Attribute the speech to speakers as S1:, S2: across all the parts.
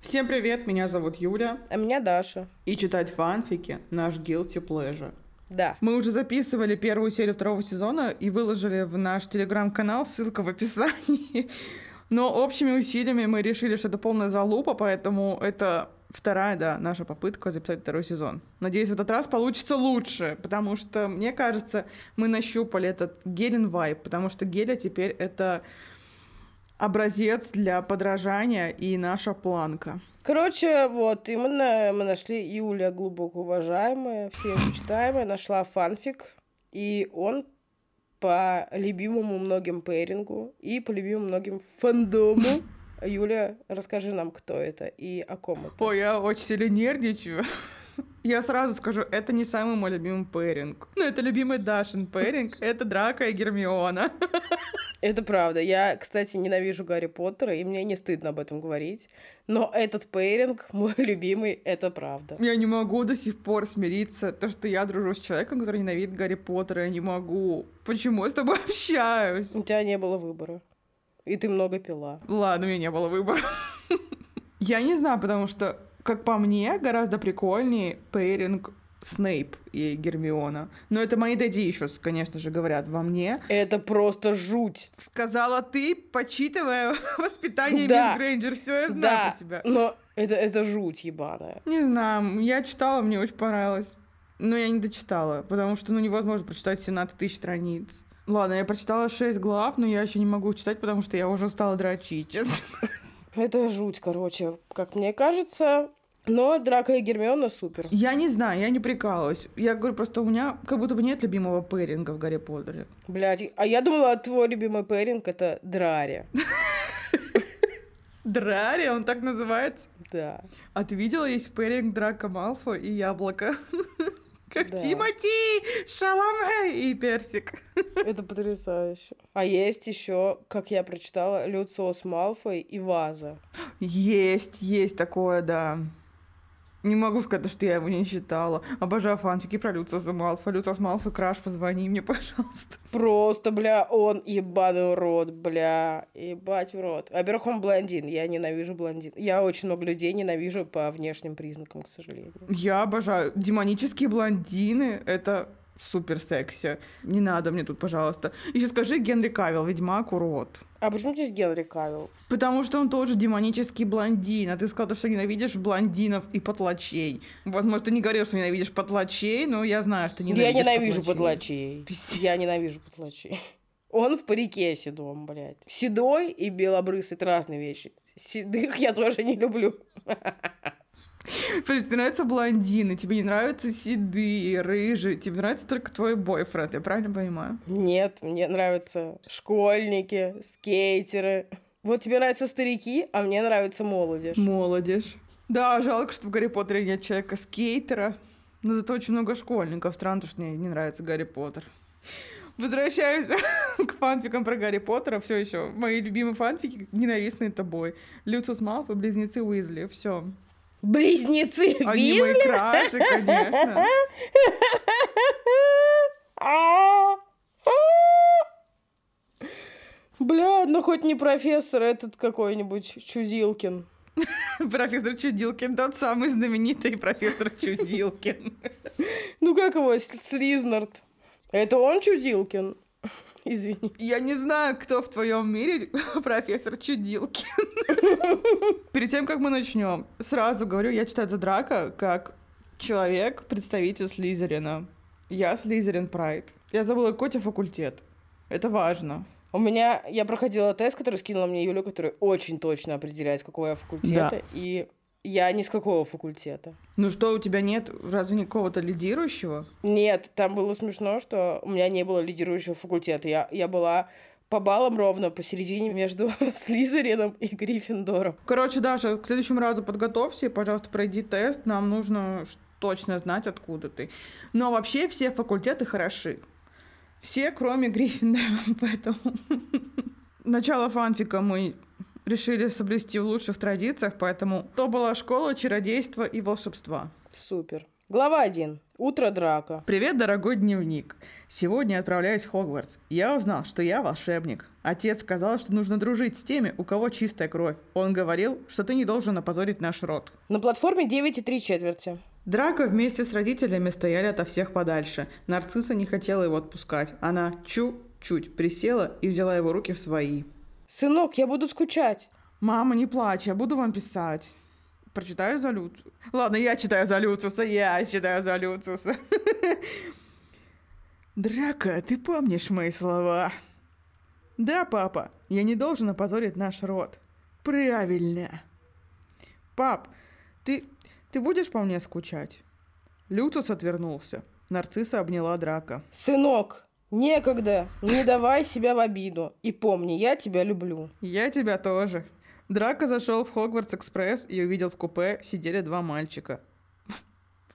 S1: Всем привет, меня зовут Юля,
S2: А меня Даша.
S1: и читать фанфики — наш guilty pleasure.
S2: Да.
S1: Мы уже записывали первую серию второго сезона и выложили в наш телеграм-канал, ссылка в описании. Но общими усилиями мы решили, что это полная залупа, поэтому это вторая, да, наша попытка записать второй сезон. Надеюсь, в этот раз получится лучше, потому что, мне кажется, мы нащупали этот гелен вайб, потому что геля теперь это образец для подражания и наша планка.
S2: Короче, вот, и мы, на- мы нашли Юля, глубоко уважаемая, все читаемая, нашла фанфик, и он по любимому многим пейрингу и по любимому многим фандому. Юля, расскажи нам, кто это и о ком это.
S1: Ой, я очень сильно нервничаю. Я сразу скажу, это не самый мой любимый пэринг. Но это любимый Дашин пэринг. Это Драка и Гермиона.
S2: Это правда. Я, кстати, ненавижу Гарри Поттера, и мне не стыдно об этом говорить. Но этот пейринг, мой любимый, это правда.
S1: Я не могу до сих пор смириться, то, что я дружу с человеком, который ненавидит Гарри Поттера. Я не могу. Почему я с тобой общаюсь?
S2: У тебя не было выбора. И ты много пила.
S1: Ладно, у меня не было выбора. Я не знаю, потому что, как по мне, гораздо прикольнее пэринг Снейп и Гермиона. Но это мои дэдди еще, конечно же, говорят во мне.
S2: Это просто жуть.
S1: Сказала ты, почитывая воспитание
S2: Да.
S1: мисс Грейнджер. Все, я знаю
S2: да,
S1: про тебя.
S2: но это, это жуть ебаная.
S1: Не знаю, я читала, мне очень понравилось. Но я не дочитала, потому что ну, невозможно прочитать 17 тысяч страниц. Ладно, я прочитала 6 глав, но я еще не могу читать, потому что я уже стала дрочить. честно.
S2: Это жуть, короче, как мне кажется. Но Драка и Гермиона супер.
S1: Я не знаю, я не прикалываюсь. Я говорю, просто у меня как будто бы нет любимого пэринга в Гарри Поттере.
S2: Блять, а я думала, твой любимый пэринг это Драри.
S1: Дрария, он так называется.
S2: Да.
S1: А ты видела, есть пэринг Драка Малфо и Яблоко? Как
S2: Да.
S1: Тимати, Шаламе и Персик.
S2: Это потрясающе. А есть еще, как я прочитала, Люциус Малфой и Ваза.
S1: Есть, есть такое, да. Не могу сказать, что я его не читала. Обожаю фанфики про Люциуса Малфа. Люциус Малфа, краш, позвони мне, пожалуйста.
S2: Просто, бля, он ебаный урод, бля, ебать урод. Во-первых, он блондин, я ненавижу блондин. Я очень много людей ненавижу по внешним признакам, к сожалению.
S1: Я обожаю. Демонические блондины — это супер секси. Не надо мне тут, пожалуйста. Еще скажи Генри Кавилл, ведьмак, урод.
S2: А почему здесь Генри Кавилл?
S1: Потому что он тоже демонический блондин, а ты сказал, что ненавидишь блондинов и потлачей. Возможно, ты не говорил, что ненавидишь потлачей, но я знаю, что
S2: Да я
S1: ненавидишь
S2: ненавижу
S1: потлачей.
S2: потлачей.
S1: Пиздец.
S2: Я ненавижу потлачей. Он в парике седом, блядь. Седой и белобрысый — это разные вещи. Седых я тоже не люблю.
S1: То есть тебе нравятся блондины, тебе не нравятся седые, рыжие, тебе нравится только твой бойфренд, я правильно понимаю?
S2: Нет, мне нравятся школьники, скейтеры. Вот тебе нравятся старики, а мне нравится молодежь.
S1: Молодежь. Да, жалко, что в Гарри Поттере нет человека-скейтера, но зато очень много школьников. Странно, что мне не нравится Гарри Поттер. Возвращаемся к фанфикам про Гарри Поттера. Все еще мои любимые фанфики, ненавистные тобой. Люциус Малфой, близнецы Уизли. Все.
S2: Близнецы
S1: Они
S2: Визли?
S1: мои краши, конечно.
S2: Бля, ну хоть не профессор этот какой-нибудь Чудилкин.
S1: Профессор Чудилкин, тот самый знаменитый профессор Чудилкин.
S2: Ну как его, С- Слизнард? Это он Чудилкин? Извини.
S1: Я не знаю, кто в твоем мире профессор Чудилкин. Перед тем, как мы начнем, сразу говорю, я читаю за Драка как человек, представитель Слизерина. Я Слизерин Прайд. Я забыла, какой у тебя факультет. Это важно.
S2: У меня, я проходила тест, который скинула мне Юля, который очень точно определяет, с какого я факультета, и я ни с какого факультета.
S1: Ну что, у тебя нет разве не какого-то лидирующего?
S2: Нет, там было смешно, что у меня не было лидирующего факультета. Я, я была по баллам ровно посередине между Слизерином и Гриффиндором.
S1: Короче, Даша, к следующему разу подготовься и, пожалуйста, пройди тест. Нам нужно ш- точно знать, откуда ты. Но вообще все факультеты хороши. Все, кроме Гриффиндора, поэтому... Начало фанфика мы решили соблюсти в лучших традициях, поэтому то была школа чародейства и волшебства.
S2: Супер. Глава 1. Утро драка.
S1: Привет, дорогой дневник. Сегодня отправляюсь в Хогвартс. Я узнал, что я волшебник. Отец сказал, что нужно дружить с теми, у кого чистая кровь. Он говорил, что ты не должен опозорить наш род.
S2: На платформе 9 и 3 четверти.
S1: Драко вместе с родителями стояли ото всех подальше. Нарцисса не хотела его отпускать. Она чуть-чуть присела и взяла его руки в свои.
S2: Сынок, я буду скучать.
S1: «Мама, не плачь, я буду вам писать». Прочитаю за Люцию. Ладно, я читаю за Люциуса, я читаю за Люциуса. Драка, ты помнишь мои слова? Да, папа, я не должен опозорить наш род. Правильно. Пап, ты, ты будешь по мне скучать? Люциус отвернулся. Нарцисса обняла Драка.
S2: Сынок, некогда. Не давай себя в обиду. И помни, я тебя люблю.
S1: Я тебя тоже. Драко зашел в Хогвартс Экспресс и увидел в купе сидели два мальчика.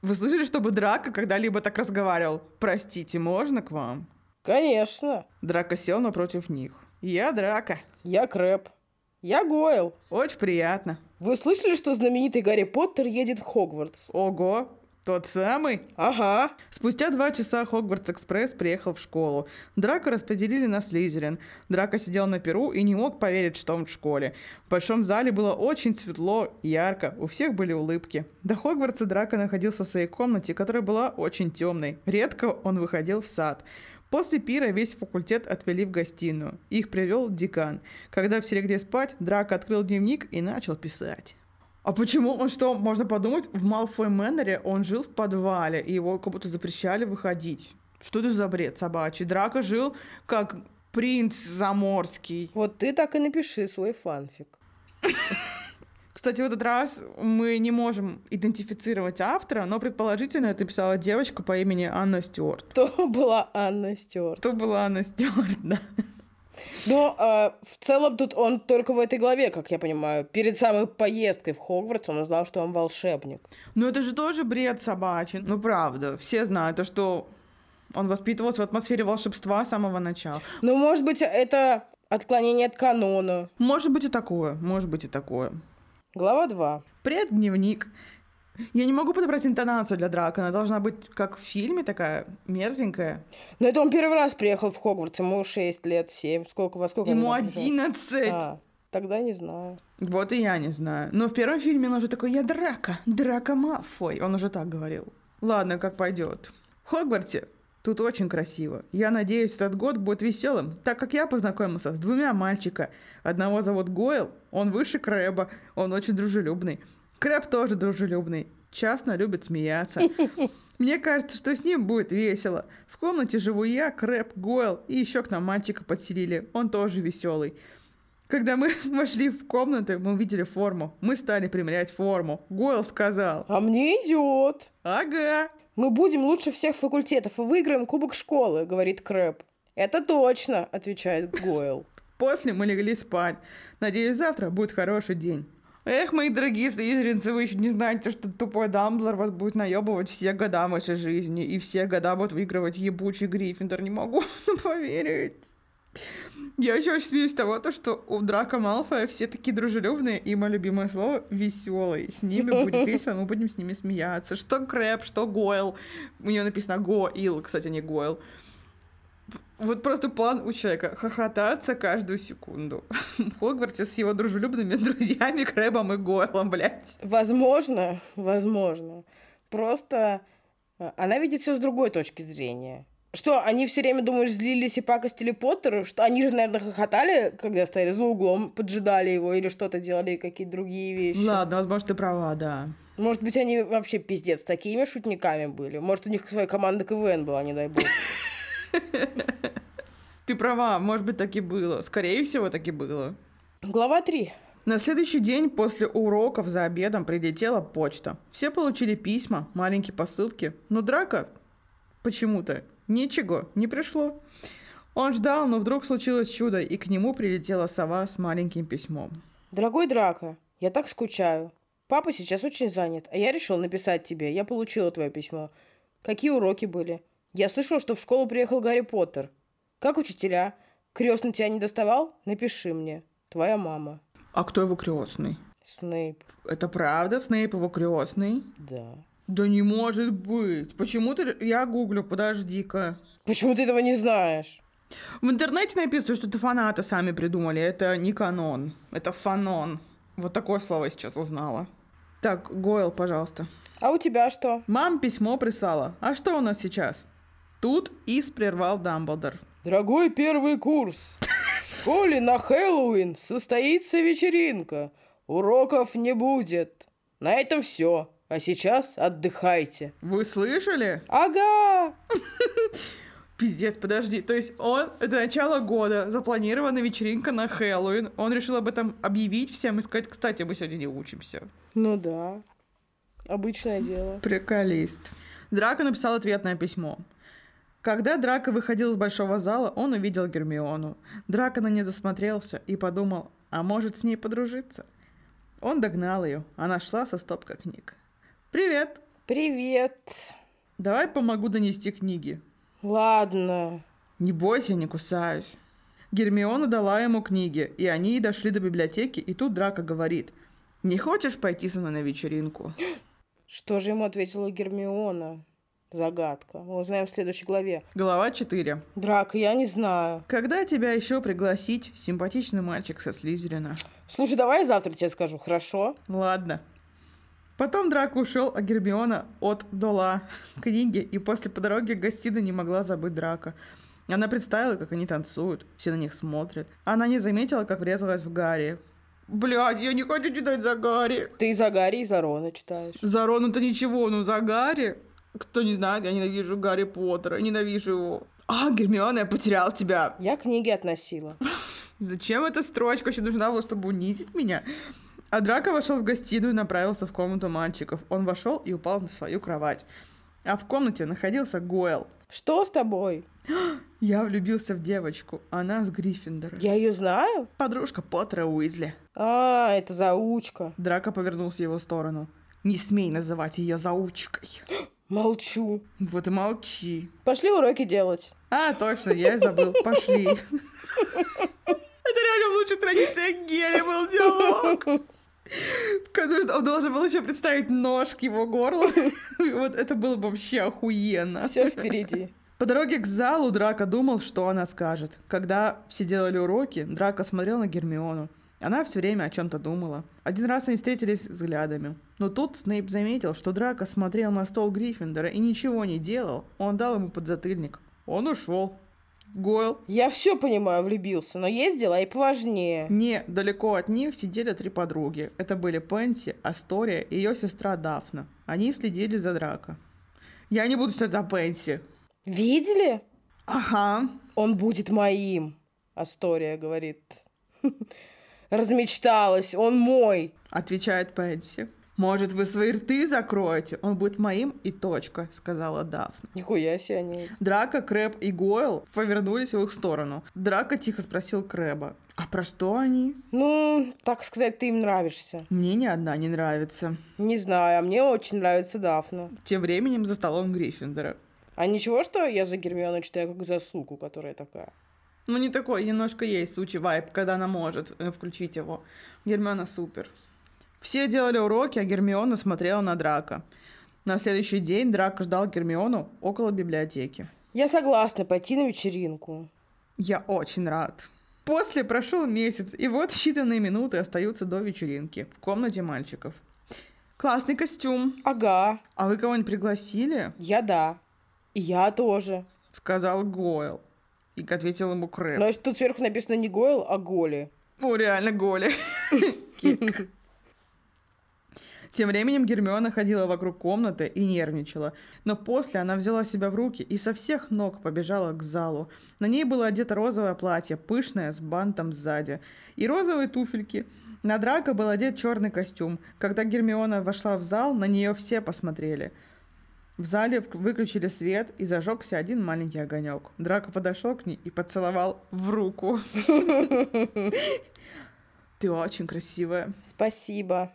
S1: Вы слышали, чтобы Драко когда-либо так разговаривал? Простите, можно к вам?
S2: Конечно.
S1: Драко сел напротив них. Я Драко.
S2: Я Крэп. Я Гойл.
S1: Очень приятно.
S2: Вы слышали, что знаменитый Гарри Поттер едет в Хогвартс?
S1: Ого, тот самый?
S2: Ага.
S1: Спустя два часа Хогвартс Экспресс приехал в школу. Драка распределили на Слизерин. Драка сидел на перу и не мог поверить, что он в школе. В большом зале было очень светло, ярко, у всех были улыбки. До Хогвартса Драка находился в своей комнате, которая была очень темной. Редко он выходил в сад. После пира весь факультет отвели в гостиную. Их привел декан. Когда все легли спать, Драка открыл дневник и начал писать. А почему он что, можно подумать, в Малфой Мэннере он жил в подвале, и его как будто запрещали выходить. Что это за бред собачий? Драко жил как принц заморский.
S2: Вот ты так и напиши свой фанфик.
S1: Кстати, в этот раз мы не можем идентифицировать автора, но предположительно это писала девочка по имени Анна Стюарт.
S2: То была Анна Стюарт.
S1: Кто была Анна Стюарт, да?
S2: Но э, в целом тут он только в этой главе, как я понимаю. Перед самой поездкой в Хогвартс он узнал, что он волшебник.
S1: Ну это же тоже бред собачий. Ну правда, все знают, то, что он воспитывался в атмосфере волшебства с самого начала.
S2: Ну, может быть, это отклонение от канона.
S1: Может быть и такое, может быть и такое.
S2: Глава 2.
S1: Привет, дневник. Я не могу подобрать интонацию для драка. Она должна быть как в фильме, такая мерзенькая.
S2: Но Ну, это он первый раз приехал в Хогвартс. Ему 6 лет, 7. Сколько, во сколько?
S1: Ему
S2: он там приехал?
S1: 11!
S2: А, тогда не знаю.
S1: Вот и я не знаю. Но в первом фильме он уже такой «Я драка, драка Малфой». Он уже так говорил. Ладно, как пойдет. В Хогвартсе тут очень красиво. Я надеюсь, этот год будет веселым, так как я познакомился с двумя мальчика. Одного зовут Гойл, он выше Крэба, он очень дружелюбный. Крэб тоже дружелюбный, частно любит смеяться. Мне кажется, что с ним будет весело. В комнате живу я, Крэп, Гойл и еще к нам мальчика подселили. Он тоже веселый. Когда мы вошли в комнату, мы увидели форму. Мы стали примерять форму. Гойл сказал,
S2: А мне идет.
S1: ага.
S2: Мы будем лучше всех факультетов и выиграем Кубок школы, говорит Крэп. Это точно, отвечает Гойл.
S1: После мы легли спать. Надеюсь, завтра будет хороший день. Эх, мои дорогие слизеринцы, вы еще не знаете, что тупой Дамблер вас будет наебывать все года вашей жизни, и все года будет выигрывать ебучий Гриффиндор. Не могу поверить. Я еще очень смеюсь того, то, что у Драка Малфоя все такие дружелюбные, и мое любимое слово — веселый. С ними будет весело, мы будем с ними смеяться. Что Крэп, что Гойл. У нее написано Гоил, кстати, не Гойл. Вот просто план у человека — хохотаться каждую секунду. В Хогвартсе с его дружелюбными друзьями Крэбом и Гойлом, блядь.
S2: Возможно, возможно. Просто э, она видит все с другой точки зрения. Что, они все время, думаешь, злились и пакостили Поттеру? Что они же, наверное, хохотали, когда стояли за углом, поджидали его или что-то делали, какие-то другие вещи.
S1: Ладно, возможно, ты права, да.
S2: Может быть, они вообще пиздец такими шутниками были. Может, у них своя команда КВН была, не дай бог.
S1: Ты права, может быть, так и было. Скорее всего, так и было.
S2: Глава 3.
S1: На следующий день после уроков за обедом прилетела почта. Все получили письма, маленькие посылки, но драка почему-то ничего не пришло. Он ждал, но вдруг случилось чудо, и к нему прилетела сова с маленьким письмом.
S2: Дорогой Драко, я так скучаю. Папа сейчас очень занят, а я решил написать тебе. Я получила твое письмо. Какие уроки были? Я слышала, что в школу приехал Гарри Поттер. Как учителя? Крестный тебя не доставал? Напиши мне. Твоя мама.
S1: А кто его крестный?
S2: Снейп.
S1: Это правда, Снейп его крестный.
S2: Да.
S1: Да не может быть. Почему ты... Я гуглю, подожди-ка.
S2: Почему ты этого не знаешь?
S1: В интернете написано, что это фанаты сами придумали. Это не канон. Это фанон. Вот такое слово я сейчас узнала. Так, Гойл, пожалуйста.
S2: А у тебя что?
S1: Мам письмо прислала. А что у нас сейчас? Тут Ис прервал Дамблдор.
S2: Дорогой первый курс. В школе на Хэллоуин состоится вечеринка. Уроков не будет. На этом все. А сейчас отдыхайте.
S1: Вы слышали?
S2: Ага.
S1: Пиздец, подожди. То есть он, это начало года, запланирована вечеринка на Хэллоуин. Он решил об этом объявить всем и сказать, кстати, мы сегодня не учимся.
S2: Ну да. Обычное дело.
S1: Приколист. Драко написал ответное письмо. Когда Драко выходил из большого зала, он увидел Гермиону. Драко на нее засмотрелся и подумал, а может с ней подружиться? Он догнал ее. Она шла со стопкой книг. «Привет!
S2: Привет.
S1: Давай помогу донести книги».
S2: Ладно.
S1: «Не бойся, не кусаюсь». Гермиона дала ему книги, и они дошли до библиотеки, и тут Драко говорит, «Не хочешь пойти со мной на вечеринку?»
S2: Что же ему ответила Гермиона? Загадка. Мы узнаем в следующей главе.
S1: Глава 4.
S2: Драка, я не знаю.
S1: Когда тебя еще пригласить, симпатичный мальчик со Слизерина?
S2: Слушай, давай я завтра тебе скажу, хорошо?
S1: Ладно. Потом Драко ушел, а Гермиона от Дола книги, и после по дороге гостиной не могла забыть Драка. Она представила, как они танцуют, все на них смотрят. Она не заметила, как врезалась в Гарри. Блядь, я не хочу читать за Гарри.
S2: Ты и за Гарри, и за Рона читаешь.
S1: За Рону-то ничего, но за Гарри... Кто не знает, я ненавижу Гарри Поттера, ненавижу его. А, Гермиона, я потерял тебя.
S2: Я книги относила.
S1: Зачем эта строчка вообще нужна была, чтобы унизить меня? А Драко вошел в гостиную и направился в комнату мальчиков. Он вошел и упал на свою кровать. А в комнате находился Гойл.
S2: Что с тобой?
S1: Я влюбился в девочку. Она с Гриффиндора.
S2: Я ее знаю?
S1: Подружка Поттера Уизли.
S2: А, это заучка.
S1: Драко повернулся в его сторону. Не смей называть ее заучкой.
S2: Молчу.
S1: Вот и молчи.
S2: Пошли уроки делать.
S1: А, точно, я и забыл. Пошли. Это реально лучшая традиция геля был диалог. Потому что он должен был еще представить нож к его горлу. Вот это было бы вообще охуенно.
S2: Все впереди.
S1: По дороге к залу Драко думал, что она скажет. Когда все делали уроки, Драко смотрел на Гермиону. Она все время о чем-то думала. Один раз они встретились взглядами. Но тут Снейп заметил, что Драко смотрел на стол Гриффиндора и ничего не делал. Он дал ему подзатыльник. Он ушел. Гойл.
S2: Я все понимаю, влюбился, но есть дела и поважнее.
S1: Не, далеко от них сидели три подруги. Это были Пенси, Астория и ее сестра Дафна. Они следили за Драко. Я не буду читать за Пенси.
S2: Видели?
S1: Ага.
S2: Он будет моим, Астория говорит. Размечталась, он мой.
S1: Отвечает Пенси. Может, вы свои рты закроете? Он будет моим и точка, сказала Дафна.
S2: Нихуя себе они.
S1: Драка, Крэб и Гойл повернулись в их сторону. Драка тихо спросил Крэба. А про что они?
S2: Ну, так сказать, ты им нравишься.
S1: Мне ни одна не нравится.
S2: Не знаю, а мне очень нравится Дафна.
S1: Тем временем за столом Гриффиндора.
S2: А ничего, что я за Гермиону читаю как за суку, которая такая?
S1: Ну, не такой, немножко есть случай вайп, когда она может э, включить его. Гермиона супер. Все делали уроки, а Гермиона смотрела на Драка. На следующий день Драка ждал Гермиону около библиотеки.
S2: Я согласна пойти на вечеринку.
S1: Я очень рад. После прошел месяц, и вот считанные минуты остаются до вечеринки в комнате мальчиков. Классный костюм.
S2: Ага,
S1: А вы кого-нибудь пригласили?
S2: я да. И я тоже.
S1: Сказал Гойл. И ответил ему Крэп.
S2: Но тут сверху написано не Гойл, а Голи.
S1: О, реально Голи. Кик. Тем временем Гермиона ходила вокруг комнаты и нервничала. Но после она взяла себя в руки и со всех ног побежала к залу. На ней было одето розовое платье, пышное, с бантом сзади, и розовые туфельки. На Драко был одет черный костюм. Когда Гермиона вошла в зал, на нее все посмотрели. В зале вк- выключили свет и зажегся один маленький огонек. Драко подошел к ней и поцеловал в руку. Ты очень красивая.
S2: Спасибо.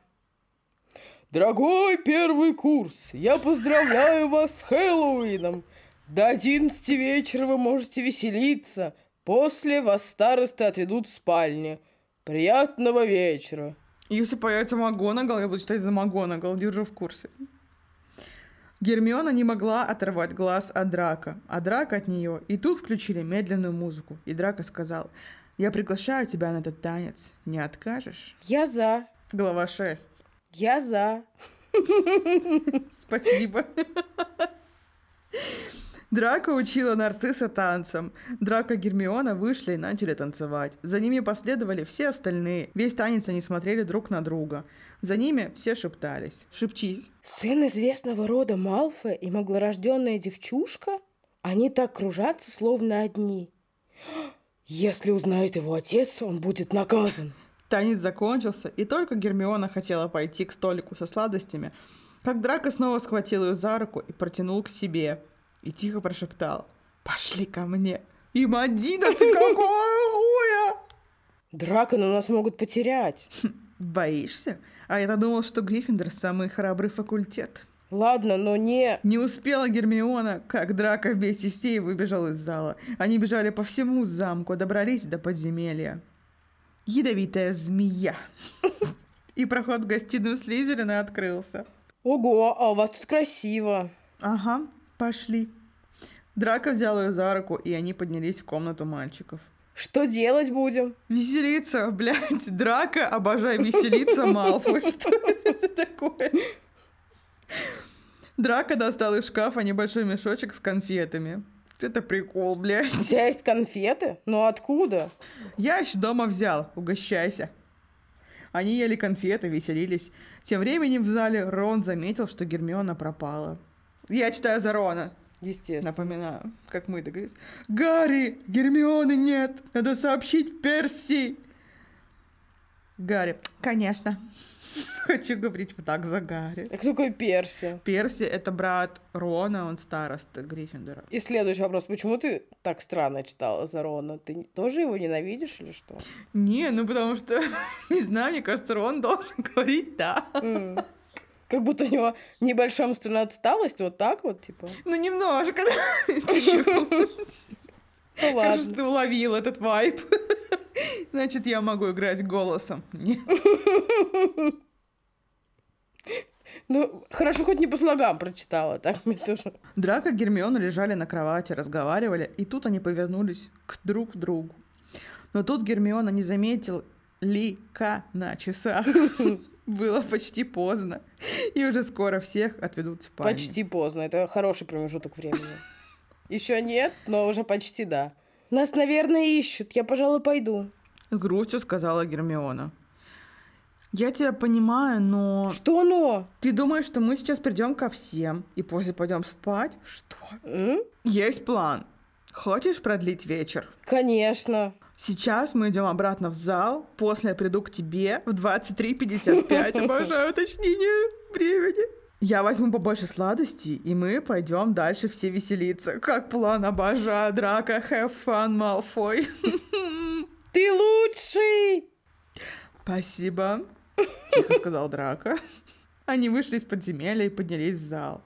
S3: Дорогой первый курс, я поздравляю вас с Хэллоуином.
S2: До 11 вечера вы можете веселиться. После вас старосты отведут в спальне. Приятного вечера.
S1: Если появится Магонагал, я буду читать за Магонагал, держу в курсе. Гермиона не могла оторвать глаз от Драка, а Драка от нее. И тут включили медленную музыку, и Драка сказал, «Я приглашаю тебя на этот танец, не откажешь?»
S2: Я за.
S1: Глава 6.
S2: Я за.
S1: Спасибо. Драка учила нарцисса танцам. Драка и Гермиона вышли и начали танцевать. За ними последовали все остальные. Весь танец они смотрели друг на друга. За ними все шептались. Шепчись.
S2: Сын известного рода Малфе и малорожденная девчушка? Они так кружатся, словно одни. Если узнает его отец, он будет наказан.
S1: Танец закончился, и только Гермиона хотела пойти к столику со сладостями, как Драко снова схватил ее за руку и протянул к себе. И тихо прошептал «Пошли ко мне!» Им одиннадцать, какого хуя?
S2: Драка на нас могут потерять.
S1: Боишься? А я-то думал, что Гриффиндор самый храбрый факультет.
S2: Ладно, но не...
S1: Не успела Гермиона, как Драко вместе с ней выбежал из зала. Они бежали по всему замку, добрались до подземелья. Ядовитая змея. И проход в гостиную Слизерина открылся.
S2: Ого, а у вас тут красиво.
S1: Ага, пошли. Драко взял ее за руку, и они поднялись в комнату мальчиков.
S2: Что делать будем?
S1: Веселиться, блядь, драка, обожай веселиться, Малфой, что это такое? Драка достал из шкафа небольшой мешочек с конфетами. Это прикол, блядь.
S2: У тебя есть конфеты? Но откуда?
S1: Я еще дома взял, угощайся. Они ели конфеты, веселились. Тем временем в зале Рон заметил, что Гермиона пропала. Я читаю за Рона.
S2: Естественно.
S1: Напоминаю, как мы договорились. Гарри, Гермионы нет, надо сообщить Перси. Гарри, конечно. Хочу говорить вот так за Гарри.
S2: Так какой Перси?
S1: Перси — это брат Рона, он староста Гриффиндора.
S2: И следующий вопрос. Почему ты так странно читала за Рона? Ты тоже его ненавидишь или что?
S1: Не, ну потому что, не знаю, мне кажется, Рон должен говорить «да».
S2: М. Как будто у него небольшая умственная отсталость, вот так вот, типа.
S1: Ну, немножко. чуть-чуть.
S2: Ну
S1: Хорошо, что
S2: ладно.
S1: ты уловил этот вайп. Значит, я могу играть голосом. Нет.
S2: Ну, хорошо, хоть не по слогам прочитала, так мне тоже.
S1: Драко и Гермиона лежали на кровати, разговаривали, и тут они повернулись к друг другу. Но тут Гермиона не заметил Лика на часах. Было почти поздно, и уже скоро всех отведут в спальню.
S2: Почти поздно. Это хороший промежуток времени. Еще нет, но уже почти да. Нас, наверное, ищут. Я, пожалуй, пойду.
S1: С грустью сказала Гермиона. Я тебя понимаю, но
S2: Что но?
S1: ты думаешь, что мы сейчас придем ко всем и после пойдем спать? Что?
S2: М?
S1: Есть план. Хочешь продлить вечер?
S2: Конечно.
S1: Сейчас мы идем обратно в зал, после я приду к тебе в 23.55. Обожаю уточнение времени. Я возьму побольше сладостей, и мы пойдем дальше все веселиться. Как план, обожаю, драка, have fun, Малфой.
S2: Ты лучший!
S1: Спасибо, тихо сказал Драка. Они вышли из подземелья и поднялись в зал.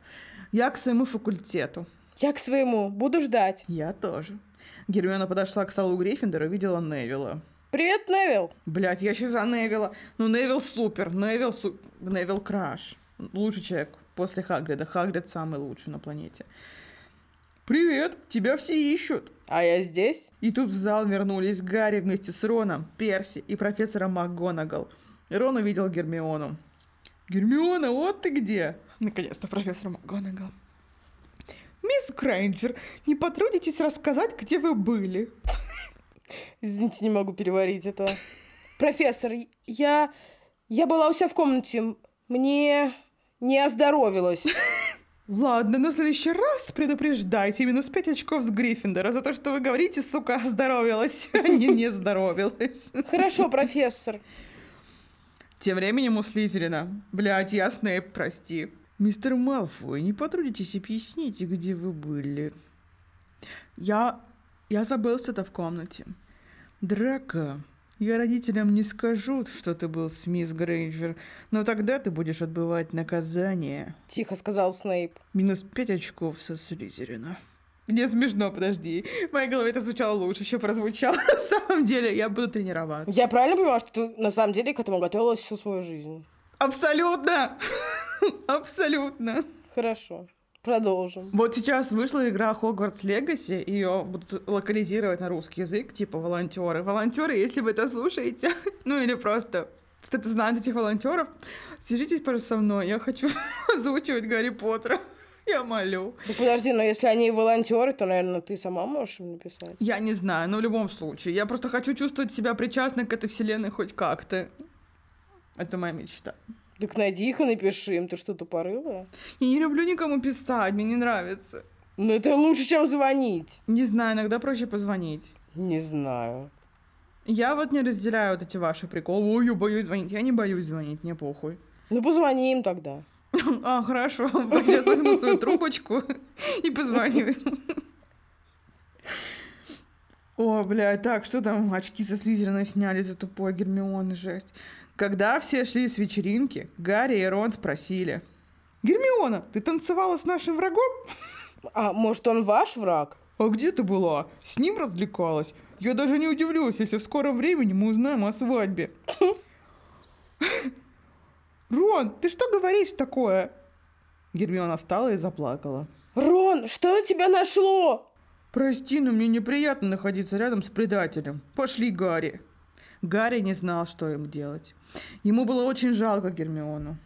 S1: Я к своему факультету.
S2: Я к своему. Буду ждать.
S1: Я тоже. Гермиона подошла к столу Гриффиндора и увидела Невилла.
S2: Привет, Невил.
S1: Блять, я еще за Невилла. Ну, Невил супер. Невил, су... Невил краш. Лучший человек после Хагрида. Хагрид самый лучший на планете. Привет, тебя все ищут.
S2: А я здесь?
S1: И тут в зал вернулись Гарри вместе с Роном, Перси и профессором МакГонагал. Рон увидел Гермиону. «Гермиона, вот ты где!» Наконец-то профессор МакГонагал. «Мисс Грейнджер, не потрудитесь рассказать, где вы были?»
S2: Извините, не могу переварить это. Профессор, я... Я была у себя в комнате. Мне не оздоровилось.
S1: Ладно, на следующий раз предупреждайте минус 5 очков с Гриффиндора за то, что вы говорите, сука, здоровилась, а не не здоровилась.
S2: Хорошо, профессор.
S1: Тем временем у Слизерина. Блядь, я Снэйп, прости. Мистер Малфой, не потрудитесь объясните, где вы были. Я... я забыл что-то в комнате. Драка, я родителям не скажу, что ты был с мисс Грейнджер, но тогда ты будешь отбывать наказание.
S2: Тихо сказал Снейп.
S1: Минус 5 очков со Слизерина. Мне смешно, подожди. В моей голове это звучало лучше, чем прозвучало. На самом деле, я буду тренироваться.
S2: Я правильно понимаю, что ты на самом деле к этому готовилась всю свою жизнь?
S1: Абсолютно! Абсолютно!
S2: Хорошо. Продолжим.
S1: Вот сейчас вышла игра Хогвартс Легаси, ее будут локализировать на русский язык, типа волонтеры. Волонтеры, если вы это слушаете, ну или просто кто-то знает этих волонтеров, свяжитесь, пожалуйста, со мной. Я хочу озвучивать Гарри Поттера. Я молю.
S2: Ну подожди, но если они волонтеры, то, наверное, ты сама можешь им написать.
S1: Я не знаю, но в любом случае. Я просто хочу чувствовать себя причастной к этой вселенной хоть как-то. Это моя мечта.
S2: Так найди их и напиши им. Ты что, тупорылая?
S1: Я не люблю никому писать, мне не нравится.
S2: Ну это лучше, чем звонить.
S1: Не знаю, иногда проще позвонить.
S2: Не знаю.
S1: Я вот не разделяю вот эти ваши приколы. Ой, я боюсь звонить. Я не боюсь звонить, мне похуй.
S2: Ну позвони им тогда.
S1: А, хорошо. Вот Сейчас возьму свою трубочку и позвоню. О, бля, так, что там? Очки со Слизерина сняли за тупой Гермионы, жесть. Когда все шли с вечеринки, Гарри и Рон спросили. «Гермиона, ты танцевала с нашим врагом?
S2: А может он ваш враг?
S1: А где ты была? С ним развлекалась? Я даже не удивлюсь, если в скором времени мы узнаем о свадьбе». «Рон, ты что говоришь такое?» Гермиона встала и заплакала.
S2: Рон, что на тебя нашло?
S1: «Прости, но мне неприятно находиться рядом с предателем. Пошли, Гарри». Гарри не знал, что им делать. Ему было очень жалко Гермиону.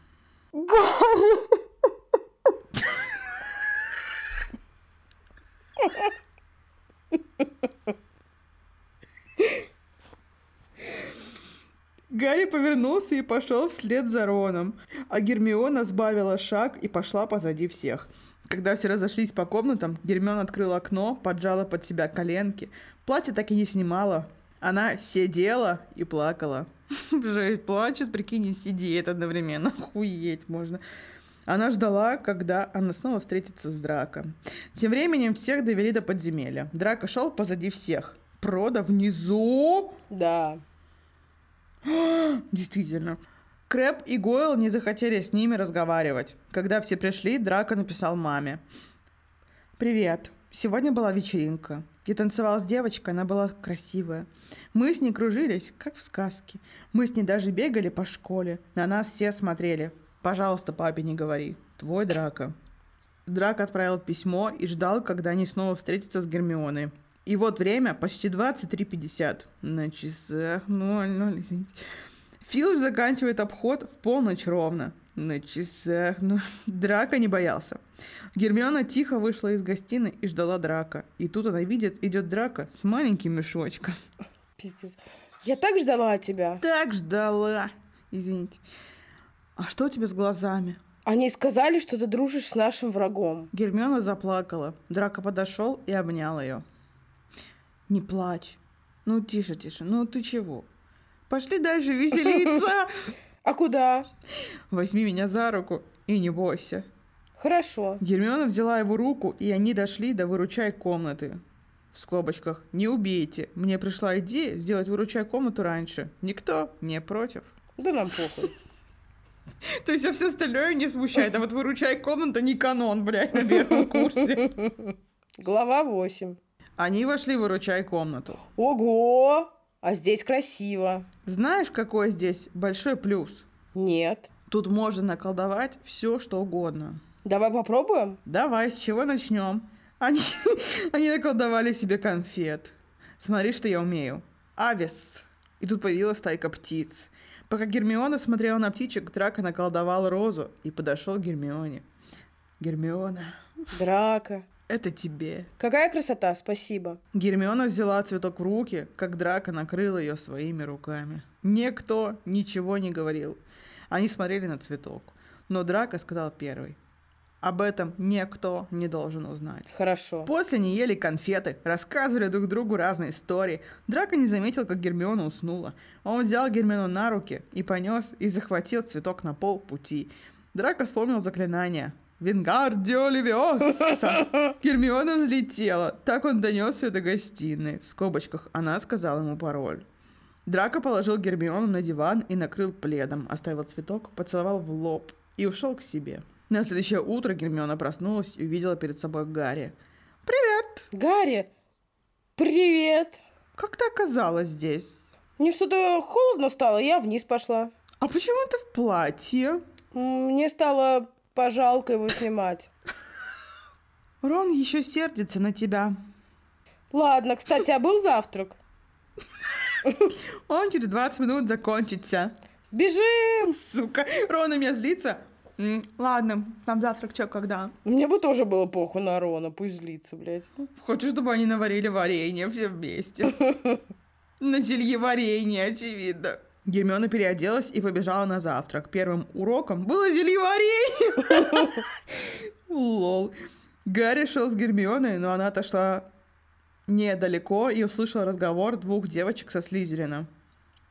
S1: Гарри повернулся и пошел вслед за Роном, а Гермиона сбавила шаг и пошла позади всех. Когда все разошлись по комнатам, Гермиона открыла окно, поджала под себя коленки. Платье так и не снимала. Она сидела и плакала. Жесть, плачет, прикинь, и сидит одновременно. Охуеть можно. Она ждала, когда она снова встретится с Драко. Тем временем всех довели до подземелья. Драко шел позади всех. Прода внизу
S2: Да.
S1: Действительно. Крэп и Гойл не захотели с ними разговаривать. Когда все пришли, Драко написал маме. «Привет. Сегодня была вечеринка. Я танцевал с девочкой, она была красивая. Мы с ней кружились, как в сказке. Мы с ней даже бегали по школе. На нас все смотрели. Пожалуйста, папе не говори. Твой Драко». Драко отправил письмо и ждал, когда они снова встретятся с Гермионой. И вот время почти 23.50. На часах 00, извините. Филч заканчивает обход в полночь ровно. На часах. Ну, драка не боялся. Гермиона тихо вышла из гостиной и ждала драка. И тут она видит, идет драка с маленьким мешочком.
S2: Пиздец. Я так ждала тебя.
S1: Так ждала. Извините. А что у тебя с глазами?
S2: Они сказали, что ты дружишь с нашим врагом.
S1: Гермиона заплакала. Драка подошел и обнял ее. Не плачь. Ну, тише, тише. Ну, ты чего? Пошли дальше веселиться.
S2: А куда?
S1: Возьми меня за руку и не бойся.
S2: Хорошо.
S1: Гермиона взяла его руку, и они дошли до выручай комнаты. В скобочках. Не убейте. Мне пришла идея сделать выручай комнату раньше. Никто не против.
S2: Да нам похуй.
S1: То есть все остальное не смущает, а вот выручай комната не канон, блядь, на первом курсе.
S2: Глава 8.
S1: Они вошли в выручай комнату.
S2: Ого! А здесь красиво.
S1: Знаешь, какой здесь большой плюс?
S2: Нет.
S1: Тут можно наколдовать все, что угодно.
S2: Давай попробуем?
S1: Давай, с чего начнем? Они, они наколдовали себе конфет. Смотри, что я умею. Авис. И тут появилась стайка птиц. Пока Гермиона смотрела на птичек, Драко наколдовал розу и подошел к Гермионе. Гермиона,
S2: Драка.
S1: это тебе.
S2: Какая красота, спасибо.
S1: Гермиона взяла цветок в руки, как Драко накрыл ее своими руками. Никто ничего не говорил. Они смотрели на цветок. Но Драко сказал первый. Об этом никто не должен узнать.
S2: Хорошо.
S1: После они ели конфеты, рассказывали друг другу разные истории. Драко не заметил, как Гермиона уснула. А Он взял Гермиону на руки и понес, и захватил цветок на пол пути. Драко вспомнил заклинание. Венгардио Левиоса! Гермиона взлетела. Так он донес ее до гостиной. В скобочках она сказала ему пароль. Драко положил Гермиону на диван и накрыл пледом, оставил цветок, поцеловал в лоб и ушел к себе. На следующее утро Гермиона проснулась и увидела перед собой Гарри. «Привет!
S2: Гарри, привет.
S1: Как ты оказалась здесь?
S2: Мне что-то холодно стало, я вниз пошла.
S1: А почему ты в платье?»
S2: М, Мне стало пожалко его снимать.
S1: Рон еще сердится на тебя.
S2: Ладно, кстати, а был завтрак?
S1: Он через 20 минут закончится.
S2: Бежим!
S1: Сука, Рон на меня злится. М, Ладно, там завтрак чё, когда?
S2: Мне бы тоже было похуй на Рона, пусть злится, блядь.
S1: Хочу, чтобы они наварили варенье все вместе. На зелье варенье, очевидно. Гермиона переоделась и побежала на завтрак. Первым уроком было зелье варенье. Лол. Гарри шел с Гермионой, но она отошла недалеко и услышала разговор двух девочек со Слизерина.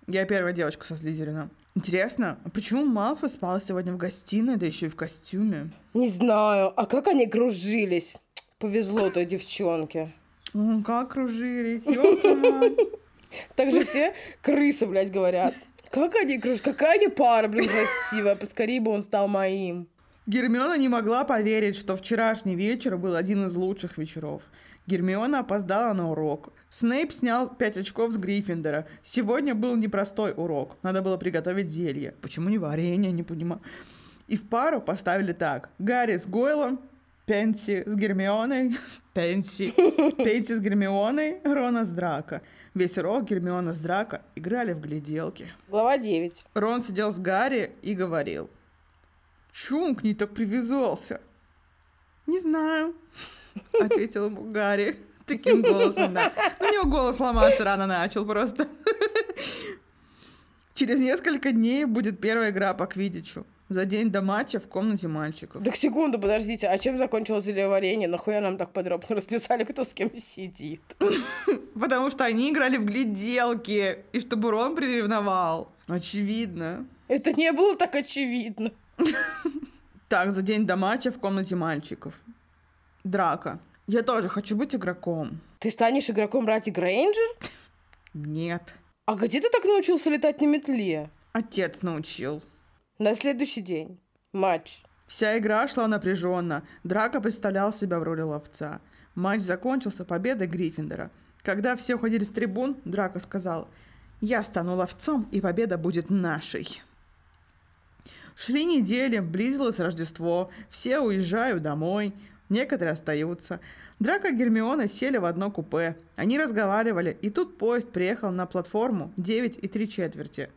S1: Я первая девочка со Слизерина. Интересно, а почему Малфой спал сегодня в гостиной, да еще и в костюме?
S2: Не знаю, а как они кружились? Повезло той девчонке.
S1: М, Как кружились, ёпта мать.
S2: Так же все крысы, блядь, говорят. Как они круж... Какая они пара, блин, красивая. Поскорее бы он стал моим.
S1: Гермиона не могла поверить, что вчерашний вечер был один из лучших вечеров. Гермиона опоздала на урок. Снейп снял 5 очков с Гриффиндора. Сегодня был непростой урок. Надо было приготовить зелье. Почему не варенье, не понимаю. И в пару поставили так. Гарри с Гойлом, Пенси с Гермионой. Пенси. Пенси с Гермионой, Рона с Драко. Весь урок Гермиона с Драко играли в гляделки.
S2: Глава 9.
S1: Рон сидел с Гарри и говорил. Чего он к ней так привязался? Не знаю, ответил ему Гарри таким голосом, да. У него голос ломаться рано начал просто. Через несколько дней будет первая игра по квиддичу. За день до матча в комнате мальчиков.
S2: Так секунду, подождите, а чем закончилось зелеварение? Нахуя нам так подробно расписали, кто с кем сидит?
S1: Потому что они играли в гляделки, и чтобы Рон приревновал. Очевидно.
S2: Это не было так очевидно.
S1: Так, за день до матча в комнате мальчиков. Драка. Я тоже хочу быть игроком.
S2: Ты станешь игроком ради Грейнджер?
S1: Нет.
S2: А где ты так научился летать на метле?
S1: Отец научил.
S2: На следующий день. Матч.
S1: Вся игра шла напряженно. Драка представлял себя в роли ловца. Матч закончился победой Гриффиндора. Когда все уходили с трибун, Драко сказал, «Я стану ловцом, и победа будет нашей». Шли недели, близилось Рождество, все уезжают домой, некоторые остаются. Драко и Гермиона сели в одно купе. Они разговаривали, и тут поезд приехал на платформу 9 и 3 четверти.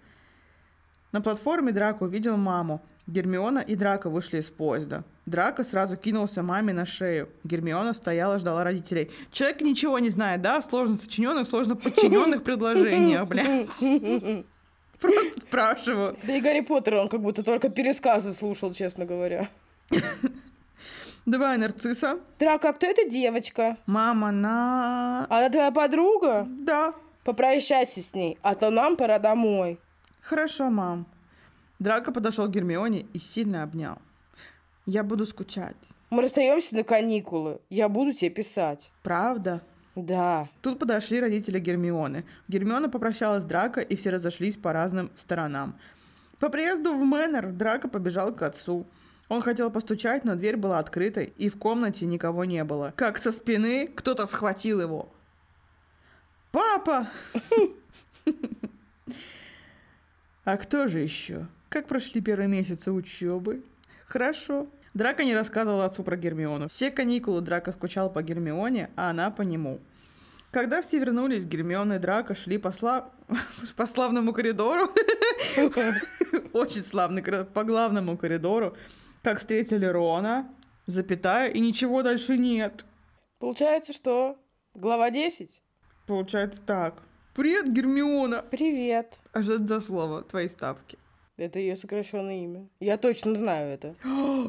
S1: На платформе Драко увидел маму. Гермиона и Драко вышли из поезда. Драко сразу кинулся маме на шею. Гермиона стояла, ждала родителей. Человек ничего не знает, да? Сложно сочиненных, сложно подчиненных предложениях, блядь. Просто спрашиваю.
S2: Да и Гарри Поттер, он как будто только пересказы слушал, честно говоря.
S1: Давай нарцисса.
S2: Драка, а кто эта девочка?
S1: Мама на...
S2: Она твоя подруга?
S1: Да.
S2: Попрощайся с ней, а то нам пора домой.
S1: Хорошо, мам. Драко подошел к Гермионе и сильно обнял. Я буду скучать.
S2: Мы расстаемся на каникулы. Я буду тебе писать.
S1: Правда?
S2: Да.
S1: Тут подошли родители Гермионы. Гермиона попрощалась с Драко, и все разошлись по разным сторонам. По приезду в Мэннер Драко побежал к отцу. Он хотел постучать, но дверь была открытой, и в комнате никого не было. Как со спины кто-то схватил его. «Папа!» А кто же еще? Как прошли первые месяцы учебы? Хорошо. Драка не рассказывала отцу про Гермиону. Все каникулы Драка скучал по Гермионе, а она по нему. Когда все вернулись, Гермиона и Драка шли по, сла- по славному коридору, очень славный коридор, по главному коридору, как встретили Рона, запятая, и ничего дальше нет.
S2: Получается, что глава 10?
S1: Получается так. Привет, Гермиона!
S2: Привет.
S1: А что это за слово твои ставки?
S2: Это ее сокращенное имя. Я точно знаю это.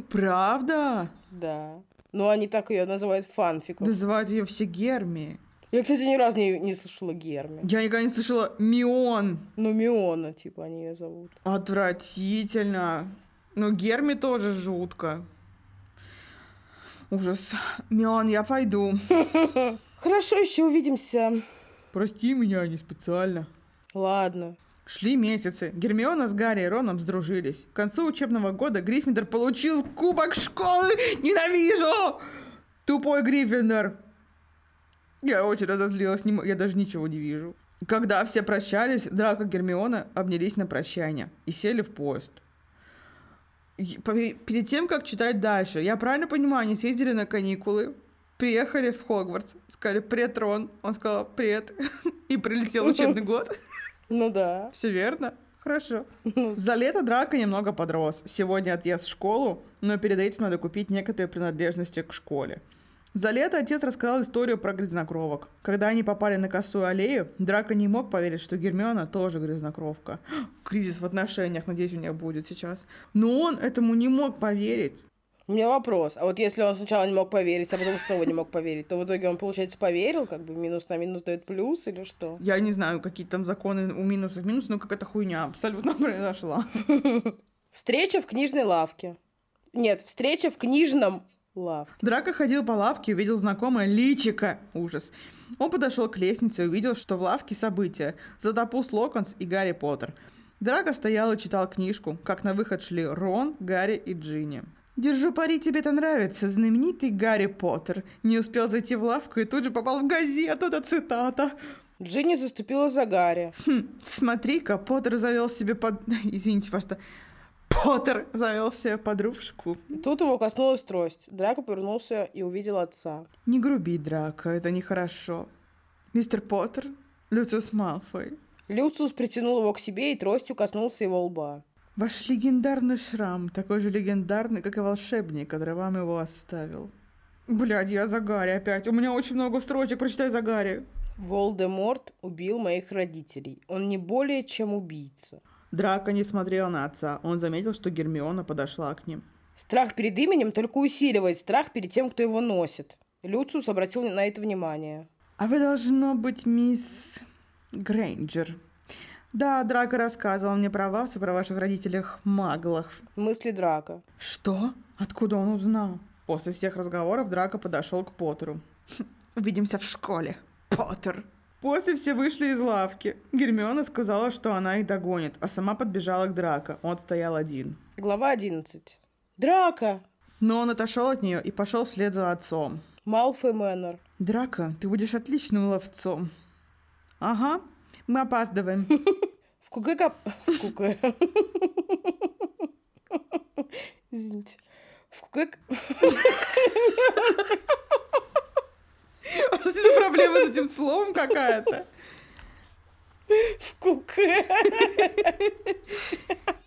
S1: Правда?
S2: Да. Но они так ее называют фанфиком.
S1: Называют ее все Герми.
S2: Я, кстати, ни разу не, не слышала Герми.
S1: Я никогда не слышала Мион.
S2: Ну, Миона, типа, они ее зовут.
S1: Отвратительно. Ну, Герми тоже жутко. Ужас. Мион, я пойду.
S2: Хорошо, еще увидимся.
S1: Прости меня, не специально.
S2: Ладно.
S1: Шли месяцы. Гермиона с Гарри и Роном сдружились. К концу учебного года Гриффиндор получил кубок школы. Ненавижу! Тупой Гриффиндор. Я очень разозлилась, не м- я даже ничего не вижу. Когда все прощались, Драко и Гермиона обнялись на прощание и сели в поезд. И по- Перед тем, как читать дальше, я правильно понимаю, они съездили на каникулы, приехали в Хогвартс, сказали «Привет, Рон». Он сказал «Привет» и прилетел учебный год.
S2: Ну да.
S1: Все верно. Хорошо. За лето драка немного подрос. Сегодня отъезд в школу, но перед этим надо купить некоторые принадлежности к школе. За лето отец рассказал историю про грязнокровок. Когда они попали на косую аллею, Драко не мог поверить, что Гермиона тоже грязнокровка. Кризис в отношениях, надеюсь, у меня будет сейчас. Но он этому не мог поверить.
S2: У меня вопрос. А вот если он сначала не мог поверить, а потом снова не мог поверить, то в итоге он, получается, поверил, как бы минус на минус дает плюс или что?
S1: Я не знаю, какие там законы у минусов минус, но какая-то хуйня абсолютно произошла.
S2: Встреча в книжной лавке. Нет, встреча в книжном лавке.
S1: Драко ходил по лавке и увидел знакомое личика. Ужас. Он подошел к лестнице и увидел, что в лавке события. Затопус Локонс и Гарри Поттер. Драко стоял и читал книжку, как на выход шли Рон, Гарри и Джинни. «Держу пари, тебе это нравится, знаменитый Гарри Поттер. Не успел зайти в лавку и тут же попал в газету, это цитата.
S2: Джинни заступила за Гарри.
S1: Хм, смотри-ка, Поттер завел себе под... Извините, пожалуйста. Поттер завел себе подружку.
S2: Тут его коснулась трость. Драко повернулся и увидел отца.
S1: Не груби, Драко, это нехорошо. Мистер Поттер, Люциус Малфой,
S2: Люциус притянул его к себе и тростью коснулся его лба.
S1: ваш легендарный шрам, такой же легендарный, как и волшебник, который вам его оставил. Блядь, я за Гарри опять. У меня очень много строчек, прочитай за Гарри.
S2: Волдеморт убил моих родителей. Он не более чем убийца.
S1: Драко не смотрел на отца. Он заметил, что Гермиона подошла к ним.
S2: Страх перед именем только усиливает страх перед тем, кто его носит. Люциус обратил на это внимание.
S1: А вы должно быть мисс Грейнджер. Да, Драко рассказывал мне про вас и про ваших родителях-маглах.
S2: Мысли Драка.
S1: Что? Откуда он узнал? После всех разговоров Драко подошел к Поттеру. «Хм, Увидимся в школе, Поттер. После все вышли из лавки. Гермиона сказала, что она их догонит, а сама подбежала к Драко. Он стоял один.
S2: Глава 11. Драка!
S1: Но он отошел от нее и пошел вслед за отцом.
S2: Малфой Мэннер.
S1: Драко, ты будешь отличным ловцом. Ага, мы опаздываем.
S2: В КГК... В КГК... Извините. В КГК...
S1: А Что за проблема с этим словом какая-то?
S2: В КГК...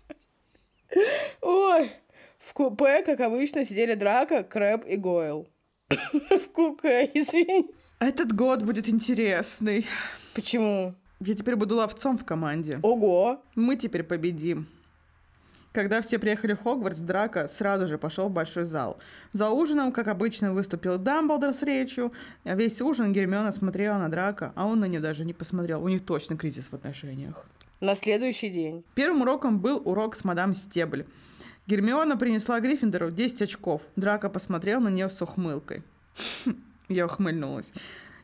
S2: Ой. В купе, как обычно, сидели Драка, Крэб и Гойл. В купе, извини.
S1: Этот год будет интересный.
S2: Почему?
S1: Я теперь буду ловцом в команде.
S2: Ого.
S1: Мы теперь победим. Когда все приехали в Хогвартс, Драко сразу же пошел в большой зал. За ужином, как обычно, выступил Дамблдор с речью. А Весь ужин Гермиона смотрела на Драко, а он на нее даже не посмотрел. У них точно кризис в отношениях.
S2: На следующий день.
S1: Первым уроком был урок с мадам Стебль. Гермиона принесла Гриффиндору 10 очков. Драко посмотрел на нее с ухмылкой. Я ухмыльнулась.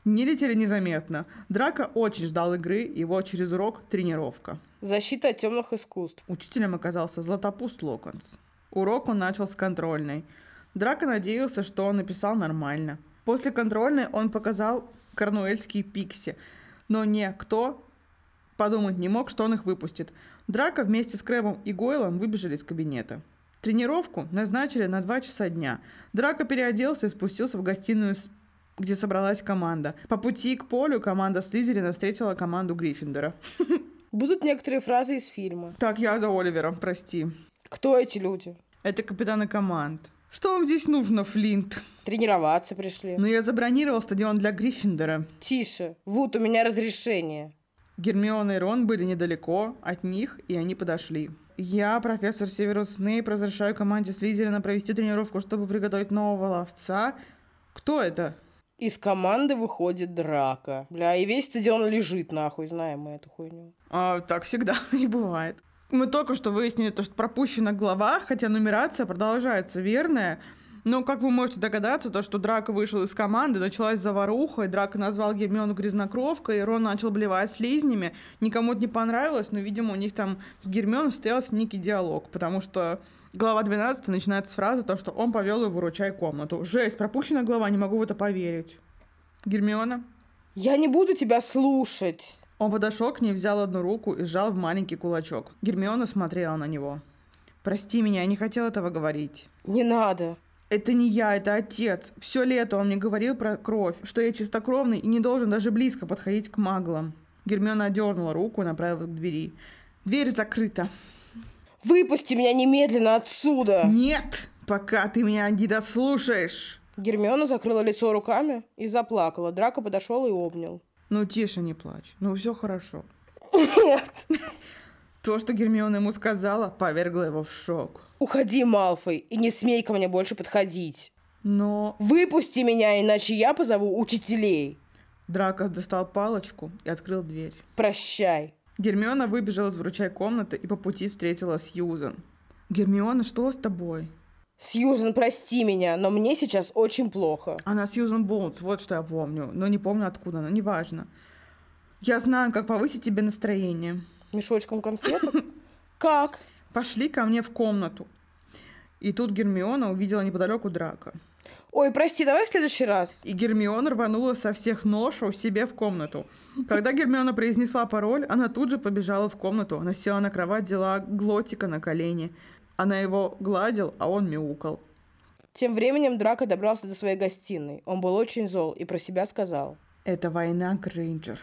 S1: Не летели незаметно. Драко очень ждал игры, его через урок тренировка.
S2: Защита от темных искусств.
S1: Учителем оказался Златопуст Локонс. Урок он начал с контрольной. Драко надеялся, что он написал нормально. После контрольной он показал корнуэльские пикси, но никто подумать не мог, что он их выпустит. Драко вместе с Крэбом и Гойлом выбежали из кабинета. Тренировку назначили на 2 часа дня. Драко переоделся и спустился в гостиную, с- где собралась команда. По пути к полю команда Слизерина встретила команду Гриффиндора.
S2: Будут некоторые фразы из фильма.
S1: Так, я за Оливером, прости.
S2: Кто эти люди?
S1: Это капитаны команд. Что вам здесь нужно, Флинт?
S2: Тренироваться пришли.
S1: Но я забронировал стадион для Гриффиндора.
S2: Тише. Вот у меня разрешение.
S1: Гермиона и Рон были недалеко от них, и они подошли. Я, профессор Северус Снейп, разрешаю команде Слизерина провести тренировку, чтобы приготовить нового ловца. Кто это?
S2: Из команды выходит драка. Бля, и весь стадион лежит, нахуй, знаем мы эту хуйню.
S1: А, так всегда и бывает. Мы только что выяснили, то, что пропущена глава, хотя нумерация продолжается верная. Но, как вы можете догадаться, то, что Драко вышел из команды, началась заваруха, и Драко назвал Гермиону грязнокровкой, и Рон начал блевать слизнями. Никому это не понравилось, но, видимо, у них там с Гермионом состоялся некий диалог, потому что глава 12 начинается с фразы, то, что он повел ее выручай комнату. Жесть, пропущена глава, не могу в это поверить. Гермиона,
S2: Я не буду тебя слушать.
S1: он подошел к ней, взял одну руку и сжал в маленький кулачок. Гермиона смотрела на него. «Прости меня, я не хотел этого говорить».
S2: Не надо.
S1: Это не я, это отец. Все лето он мне говорил про кровь, что я чистокровный и не должен даже близко подходить к маглам. Гермиона дернула руку и направилась к двери. Дверь закрыта.
S2: Выпусти меня немедленно отсюда!
S1: Нет, пока ты меня не дослушаешь.
S2: Гермиона закрыла лицо руками и заплакала. Драко подошел и обнял.
S1: Ну, тише, не плачь. Ну, все хорошо.
S2: Нет!
S1: То, что Гермиона ему сказала, повергло его в шок.
S2: Уходи, Малфой, и не смей ко мне больше подходить.
S1: Но
S2: Выпусти меня, иначе я позову учителей.
S1: Драко достал палочку и открыл дверь.
S2: Прощай.
S1: Гермиона выбежала из вручай комнаты и по пути встретила Сьюзан. «Гермиона, что с тобой?»
S2: Сьюзен, прости меня, но мне сейчас очень плохо.
S1: Она Сьюзан Боунс, вот что я помню. Но не помню откуда она, неважно. Я знаю, как повысить тебе настроение.
S2: Мешочком конфеток? Как?
S1: Пошли ко мне в комнату. И тут Гермиона увидела неподалеку драка.
S2: Ой, прости, давай в следующий раз.
S1: И Гермиона рванула со всех нож у себе в комнату. Когда Гермиона произнесла пароль, она тут же побежала в комнату. Она села на кровать, взяла глотика на колени. Она его гладил, а он мяукал.
S2: Тем временем Драко добрался до своей гостиной. Он был очень зол и про себя сказал.
S1: Это война, Грейнджер.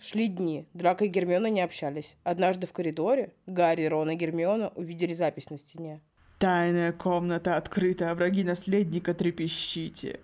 S2: Шли дни. Драко и Гермиона не общались. Однажды в коридоре Гарри, Рон и Гермиона увидели запись на стене.
S1: Тайная комната открыта, а враги наследника трепещите.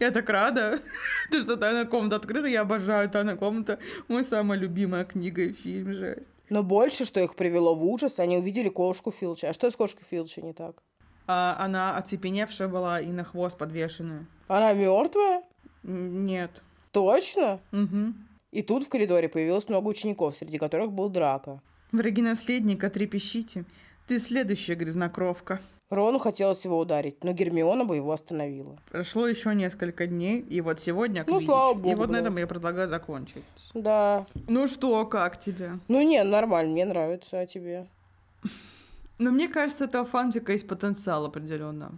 S1: Я так рада, то, что тайная комната открыта. Я обожаю тайную комнату. Мой самая любимая книга и фильм, жесть.
S2: Но больше, что их привело в ужас, они увидели кошку Филча. А что с кошкой Филча не так?
S1: А она оцепеневшая была и на хвост подвешенная.
S2: Она мертвая?
S1: Н- Нет.
S2: Точно?
S1: Угу.
S2: И тут в коридоре появилось много учеников, среди которых был Драко.
S1: Враги наследника, трепещите. Ты следующая грязнокровка.
S2: Рону хотелось его ударить, но Гермиона бы его остановила.
S1: Прошло еще несколько дней, и вот сегодня...
S2: Ну,
S1: Квиддич.
S2: слава
S1: И
S2: богу,
S1: вот на этом
S2: блядь.
S1: я предлагаю закончить.
S2: Да.
S1: Ну что, как тебе?
S2: Ну не, нормально, мне нравится, а тебе?
S1: Но мне кажется, у этого фанфика есть потенциал определенно.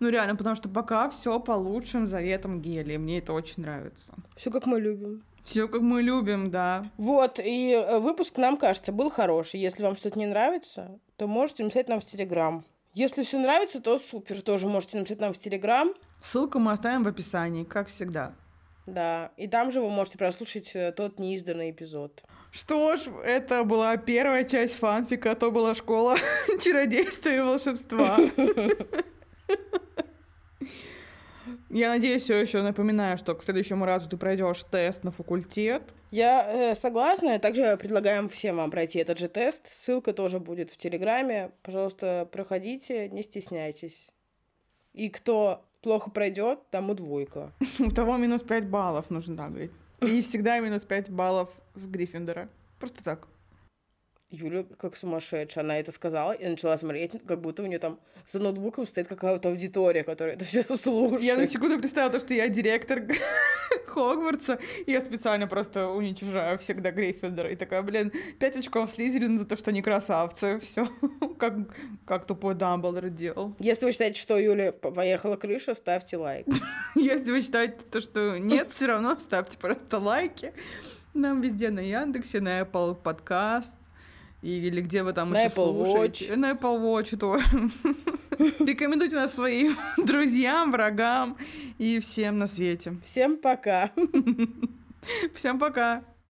S1: Ну реально, потому что пока все по лучшим заветам Гели, мне это очень нравится.
S2: Все как мы любим.
S1: Все как мы любим, да.
S2: Вот, и э, выпуск, нам кажется, был хороший. Если вам что-то не нравится, то можете написать нам в Телеграм. Если все нравится, то супер, тоже можете написать нам в Телеграм.
S1: Ссылку мы оставим в описании, как всегда.
S2: Да, и там же вы можете прослушать э, тот неизданный эпизод.
S1: Что ж, это была первая часть фанфика, а то была школа чародейства и волшебства. Я надеюсь, все еще напоминаю, что к следующему разу ты пройдешь тест на факультет.
S2: Я э, согласна, и также предлагаем всем вам пройти этот же тест. Ссылка тоже будет в Телеграме. Пожалуйста, проходите, не стесняйтесь. И кто плохо пройдет, тому двойка.
S1: У того минус 5 баллов нужно да, говорить. И всегда минус 5 баллов с Гриффиндора. Просто так.
S2: Юля как сумасшедшая, она это сказала и начала смотреть, как будто у нее там за ноутбуком стоит какая-то аудитория, которая это все слушает.
S1: Я на секунду представила то, что я директор Хогвартса, и я специально просто уничижаю всегда Гриффиндора. И такая, блин, пять очков Слизерин за то, что они красавцы. Все, как, как тупой Дамблдор делал.
S2: Если вы считаете, что Юля по- поехала крыша, ставьте лайк.
S1: Если вы считаете то, что нет, все равно ставьте просто лайки. Нам везде на Яндексе, на Apple Podcast, или где вы там
S2: На
S1: еще
S2: Apple
S1: слушаете. На Apple Watch тоже. Рекомендуйте нас своим друзьям, врагам и всем на свете.
S2: Всем пока.
S1: Всем пока!